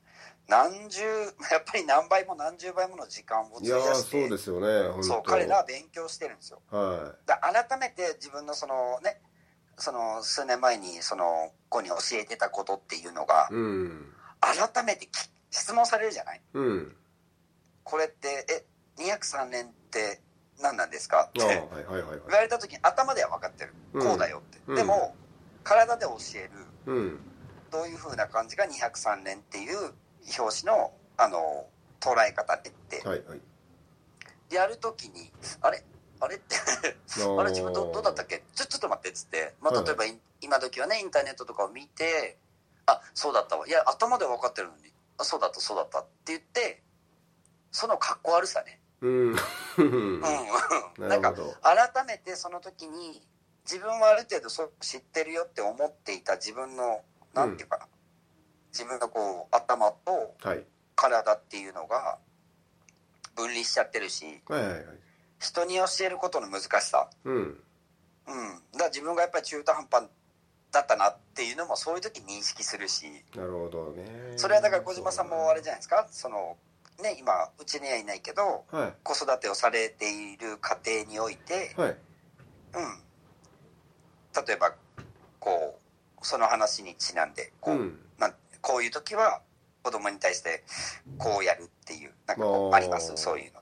B: 何十やっぱり何倍も何十倍もの時間を
A: い
B: 費
A: や
B: や
A: ー、
B: し
A: そう
B: て
A: ですよね、本当
B: そう彼らは勉強してるんですよ
A: は
B: だから改めて自分のそのねその数年前にその子に教えてたことっていうのが
A: い。うん。
B: 改めてき質問されるじゃない
A: うん。
B: これってえ203年って何なんですかっ
A: ああ、
B: て
A: はいはいはい
B: 言
A: はい。
B: われた時に頭では分かってる、
A: うん
B: こうだよって、
A: うん
B: でも体で教える
A: うん。
B: どういう風な感じが203年っていう表紙のあの捉え方って言って、
A: はいはい。
B: やる時にあれあれってあれ自分どどうだったっけちょちょっと待ってっつって、ま
A: は
B: あ、
A: い
B: 例えば、い今時はねインターネットとかを見てあそうだったわいや頭では分かってるのにあそうだったそうだったって言ってそのかっこ悪さね、
A: うん。
B: うん、
A: な
B: なん
A: る
B: か
A: ほど。
B: 改めてその時に自分はある程度そう知ってるよって思っていた自分のなんていうかな、自分のこう頭と
A: はい。
B: 体っていうのが分離しちゃってるし
A: はいはいはい。
B: 人に教えることの難しさ、
A: うん。
B: うん、だから自分がやっぱり中途半端だったなっていうのもそういう時認識するし
A: なるほどね。
B: それはだから小島さんもあれじゃないですかそのね今うちにはいないけど
A: ゃは
B: 子育てをされている家庭において
A: い。はい。
B: うん、例えばこうその話にちなんでこ
A: う
B: う,、
A: ん。
B: なんこういう時は子供に対してこうやるっていうなんか
A: あ
B: こ
A: ー
B: うありますそういうの。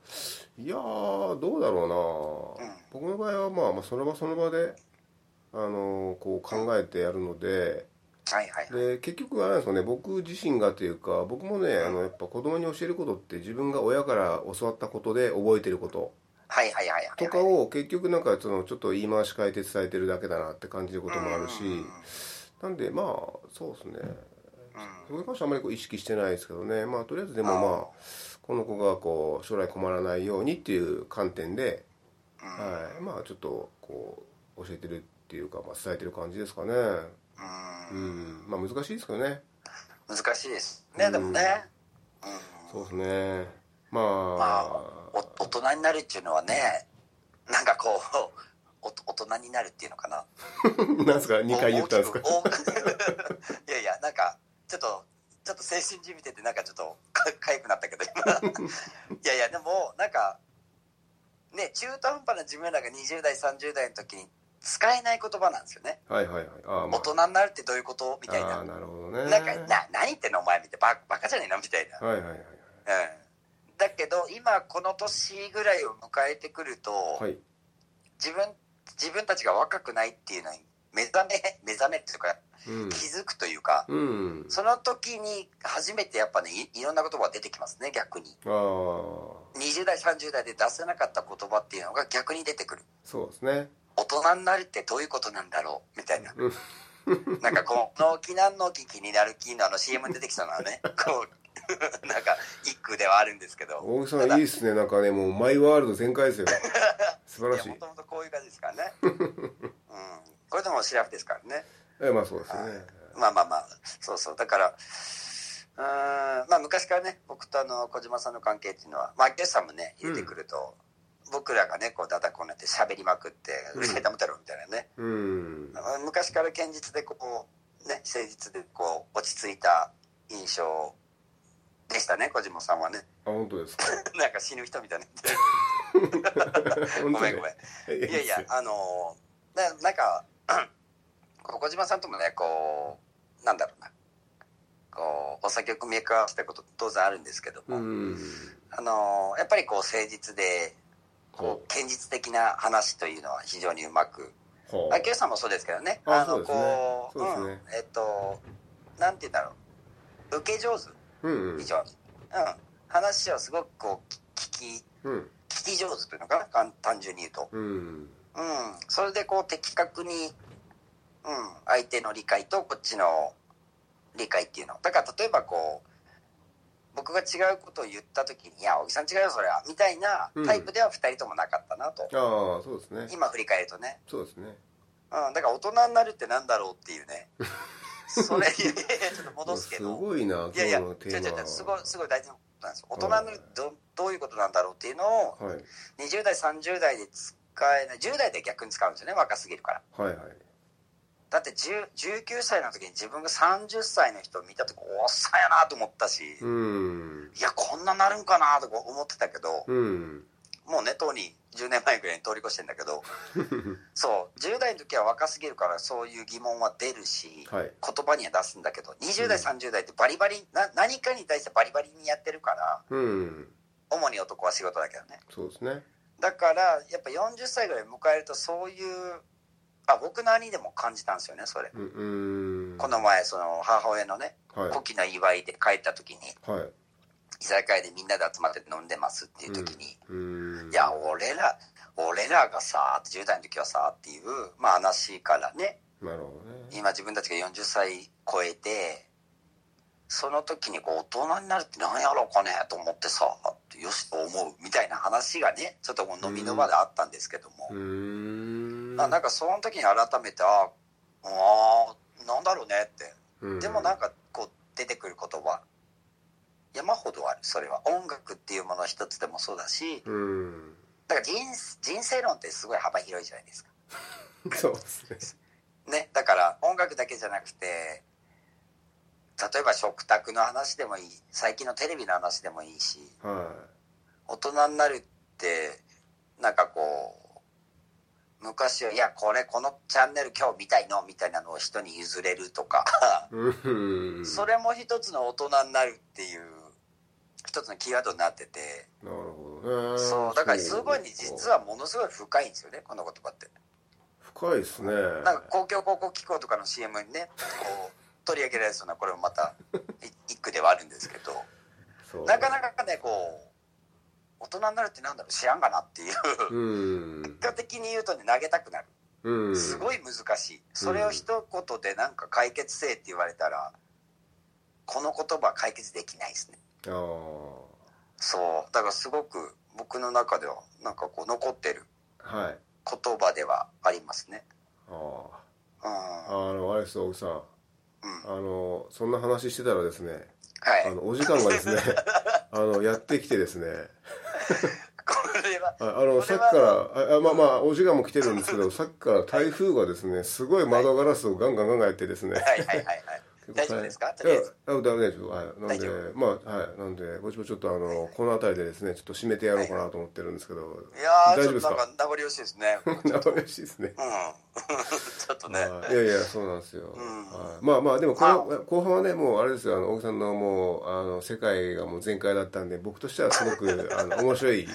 A: いいやーどうだろうな、
B: うん
A: 僕の場合は、まあ、まあその場その場で、あのーこう考えてやるので
B: はいはいはい。
A: で結局あれなんですよね僕自身がというか僕もねあのやっぱ子供に教えることって自分が親から教わったことで覚えてること
B: はいはいはいはい。
A: とかを結局なんかそのちょっと言い回し変えて伝えてるだけだなって感じる
B: う
A: こ
B: ん、
A: ともあるし
B: うん
A: なんでまあそうですねそれに関してはあまりこう意識してないですけどねまあとりあえずでもまあこの子がこう将来困らないようにっていう観点で、
B: うん
A: はい、まあちょっとこう教えてるっていうか、まあ、伝えてる感じですかね
B: うん
A: うんまあ難しいですけどね
B: 難しいですね、でもね、うん
A: そうですねまあ、
B: まお大人になるっていうのはねなんかこうお大人になるっていうのかな
A: なんですか2回言ったんですか
B: 大きく 大きくいやいやなんかちょっとちょっと精神じみててなんかちょっとかかゆくなったけ ど今いやいやでもなんかね中途半端な自分らが20代30代の時に使えない言葉なんですよね
A: はいはいはいああま
B: 大人になるってどういうことみたい
A: ああ
B: な
A: ーなるほどね
B: なんかな何言ってんのお前みたいなババカじゃねえのみたいな
A: はいはいはい
B: うんだけど今この年ぐらいを迎えてくると、
A: はい
B: 自分自分たちが若くないっていうのに目覚め目覚めっていうか
A: うん
B: 気づくというか、
A: うん
B: その時に初めてやっぱねいいろんな言葉が出てきますね逆に
A: ああ
B: 20代30代で出せなかった言葉っていうのが逆に出てくる
A: そうですね
B: 大人になるってどういうことなんだろうみたいな
A: うん
B: なんかこう「納期何納期気になる気」のあの CM に出てきたのはねこうなんか一句ではあるんですけど
A: 大木さんいいっすねなんかねもうマイワールド全開 ですよ素晴らしい
B: もともとこういう感じですからね、うん、これでもシラフですからね
A: えまあそうですね
B: まあまあまあそうそうだからうーんまあ昔からね僕とあの小島さんの関係っていうのはまあゲスさんもね入れてくると、僕らがねこうダダこねて喋りまくって「
A: うん
B: うるせえダメだろ」みたいなね、
A: うん
B: 昔から堅実でこうね誠実でこう落ち着いた印象でしたね小島さんはね
A: あ本当です か
B: なんか死ぬ人み たいな
A: 本当ね
B: ごめんごめん
A: い
B: いやいや、あのーななんか、 こう小島さんともね、こう、なんだろうな、こう、お酒を組み合わせたこと当然あるんですけども、
A: うん
B: あのーやっぱりこう、誠実で、こ
A: ほ
B: う、堅実的な話というのは非常にうまく、
A: うほう
B: あ、ケイさんもそうですけどね、
A: あ
B: の、こ
A: そうですねそうで
B: ん、えっと、なんて言うんだろう、受け上手、
A: うんうん
B: 非常に。うん、話をすごくこう、聞き、
A: うん
B: 聞き上手というのかな、簡単純に言うと。
A: うん
B: うん、それでこう的確に、うん、相手の理解とこっちの理解っていうのだから例えばこう僕が違うことを言った時に「いや小木さん違うよそれは」みたいなタイプでは2人ともなかったなと、
A: ああそうですね
B: 今振り返るとね、
A: そうですね
B: うん、だから大人になるってなんだろうっていう ねそれい やいやちょっと戻すけ
A: もう
B: ど
A: ごいな今
B: い
A: 日
B: やいや違
A: の
B: う
A: テ
B: 違う
A: ー
B: 違
A: マ
B: うすごいすごい大事なことなんですよ大人になるってどどういうことなんだろうっていうのを
A: はい
B: 20代30代で使えない10代で逆に使うんですよね若すぎるから。
A: はいはい
B: だって10 19歳の時に自分が30歳の人を見た時おっさんやなと思ったし、
A: うん
B: いやこんななるんかなとか思ってたけど、
A: うん
B: もうねとうに10年前ぐらいに通り越してんだけ どそう10代の時は若すぎるからそういう疑問は出るし、
A: はい
B: 言葉には出すんだけど20代
A: うん
B: 30代ってバリバリな何かに対してバリバリにやってるから
A: うん
B: 主に男は仕事だけどね
A: そうですね
B: だからやっぱ40歳ぐらい迎えるとそういうあ僕なりにでも感じたんですよねそれ。
A: うんうん
B: この前その母親のね
A: はい
B: 古希の祝いで帰った時に
A: はい
B: 居酒屋でみんなで集まって飲んでますっていう時に、
A: うん
B: いや俺ら俺らがさ10代の時はさっていう、まあ、話からね
A: なるほどね
B: 今自分たちが40歳超えてその時にこう大人になるって何やろうかねと思ってさよしと思うみたいな話がねちょっともう飲みの場であったんですけども
A: う、ん
B: まあなんかその時に改めてああーなんだろうねって
A: うん
B: でもなんかこう出てくる言葉山ほどあるそれは音楽っていうもの一つでもそうだし
A: うん
B: だから人人生論ってすごい幅広いじゃないですか
A: そうですね
B: ねだから音楽だけじゃなくて例えば食卓の話でもいい最近のテレビの話でもいいし
A: は
B: 大人になるってなんかこう昔はいやこれこのチャンネル今日見たいのみたいなのを人に譲れるとか
A: いうん
B: それも一つの大人になるっていう一つのキーワードになってて
A: なるほどー
B: そうだからすごいね実はものすごい深いんですよねこの言葉って
A: 深いですね
B: なんか公共広告機構とかの CM にねこう取り上げられそうなこれもまたい一句ではあるんですけど
A: そう
B: なかなかねこう大人になるってなんだろう知らんがなっていう
A: うん
B: 結果的に言うとね投げたくなる
A: うん
B: すごい難しいそれを一言でなんか解決せえって言われたらこの言葉は解決できないですね
A: ああ
B: そうだからすごく僕の中ではなんかこう残ってる
A: はい。
B: 言葉ではありますね
A: ああ。
B: うんは
A: あの、あれです、大木さん。
B: う
A: あの、そんな話してたらですね、 あ
B: い
A: の、お時間がですね、あの、やってきてですね、
B: これは
A: ああの、さっきから、ああまあまあ、お時間も来てるんですけど、さっきから台風がですね、すごい窓ガラスをガンガンガンガンやってですね、
B: はいはいは いはい大丈夫ですかと
A: い
B: り
A: や
B: あえず
A: あダメですよ。はい。なん
B: 大
A: で
B: 丈夫、
A: まあ、はい。なんで、ぼちぼちちょっとあ
B: はいは
A: の
B: い、
A: この辺りでですね、ちょっと締めてやろうかなと思ってるんですけ ど、
B: いや
A: 大丈
B: ー
A: 夫
B: ちょ
A: で
B: っ
A: す
B: となん
A: か
B: か名残惜しいです ね
A: 嬉しいですね。
B: うん ちょっとね
A: はいいやいやそうなんですよ、
B: うん
A: はいまあまあでも後
B: まあ
A: 後半はねもうあれですよあの大木さんのもうあの世界がもう全開だったんで僕としてはすご くあの面白い、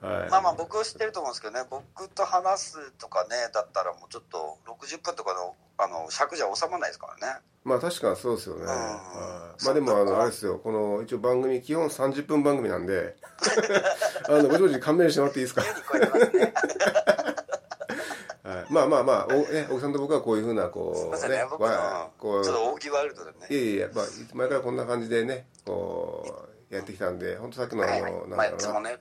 A: はい、
B: まあまあ僕は知ってると思うんですけどね僕と話すとかねだったらもうちょっと60分とかのあの尺じゃ収まらないですからね
A: まあ確かにそうですよね、
B: ん
A: はい、ま
B: そ
A: あ
B: う
A: でもあ
B: だか
A: の
B: ら
A: あれですよこの一応番組基本30分番組なんで あのぼちぼち勘弁してもらっていいですか
B: 家に超えてますね
A: はい、まあまあまあお、ね、大木さんと僕はこういうふうなこ
B: そう
A: う
B: ですね僕の
A: わ
B: ち
A: こ
B: ょ
A: う
B: っと大きいワールドで
A: い
B: ね
A: やいや、まあ、前からこんな感じでねこうやってきたんで本当さっきのあ
B: はいはい
A: の、
B: まあ
A: ないんだ
B: つ
A: ろう
B: も
A: な、
B: ね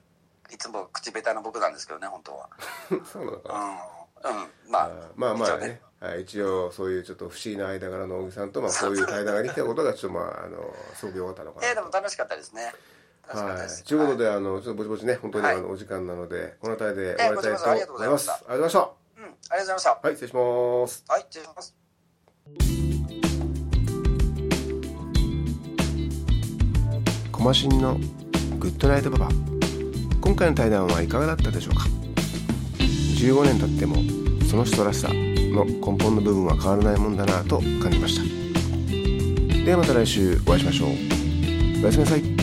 B: いつも口下手な僕なんですけどね本当は
A: そうなのかな
B: うん、うん、まあ
A: まあま
B: 一
A: あ
B: 応
A: ね、はい、一応そういうちょっと不思議な間柄の小木さんと、まあ、こういう対談ができたことがちょっとまああのすごく良かったのか
B: え
A: な
B: ーでも楽しかったですね楽しかっ
A: は
B: たです
A: い、ということで、あの、ちょっとぼちぼちね、本当に
B: はい
A: あの、お時間なので、この辺りで終わりたいと思います。あ
B: え
A: りがとうございました。
B: うんありがとうございました
A: はい、失礼します。
B: はい失礼します
A: コマシンのグッドナイトパパ今回の対談はいかがだったでしょうか15年経ってもその人らしさの根本の部分は変わらないもんだなと感じましたではまた来週お会いしましょうおやすみなさい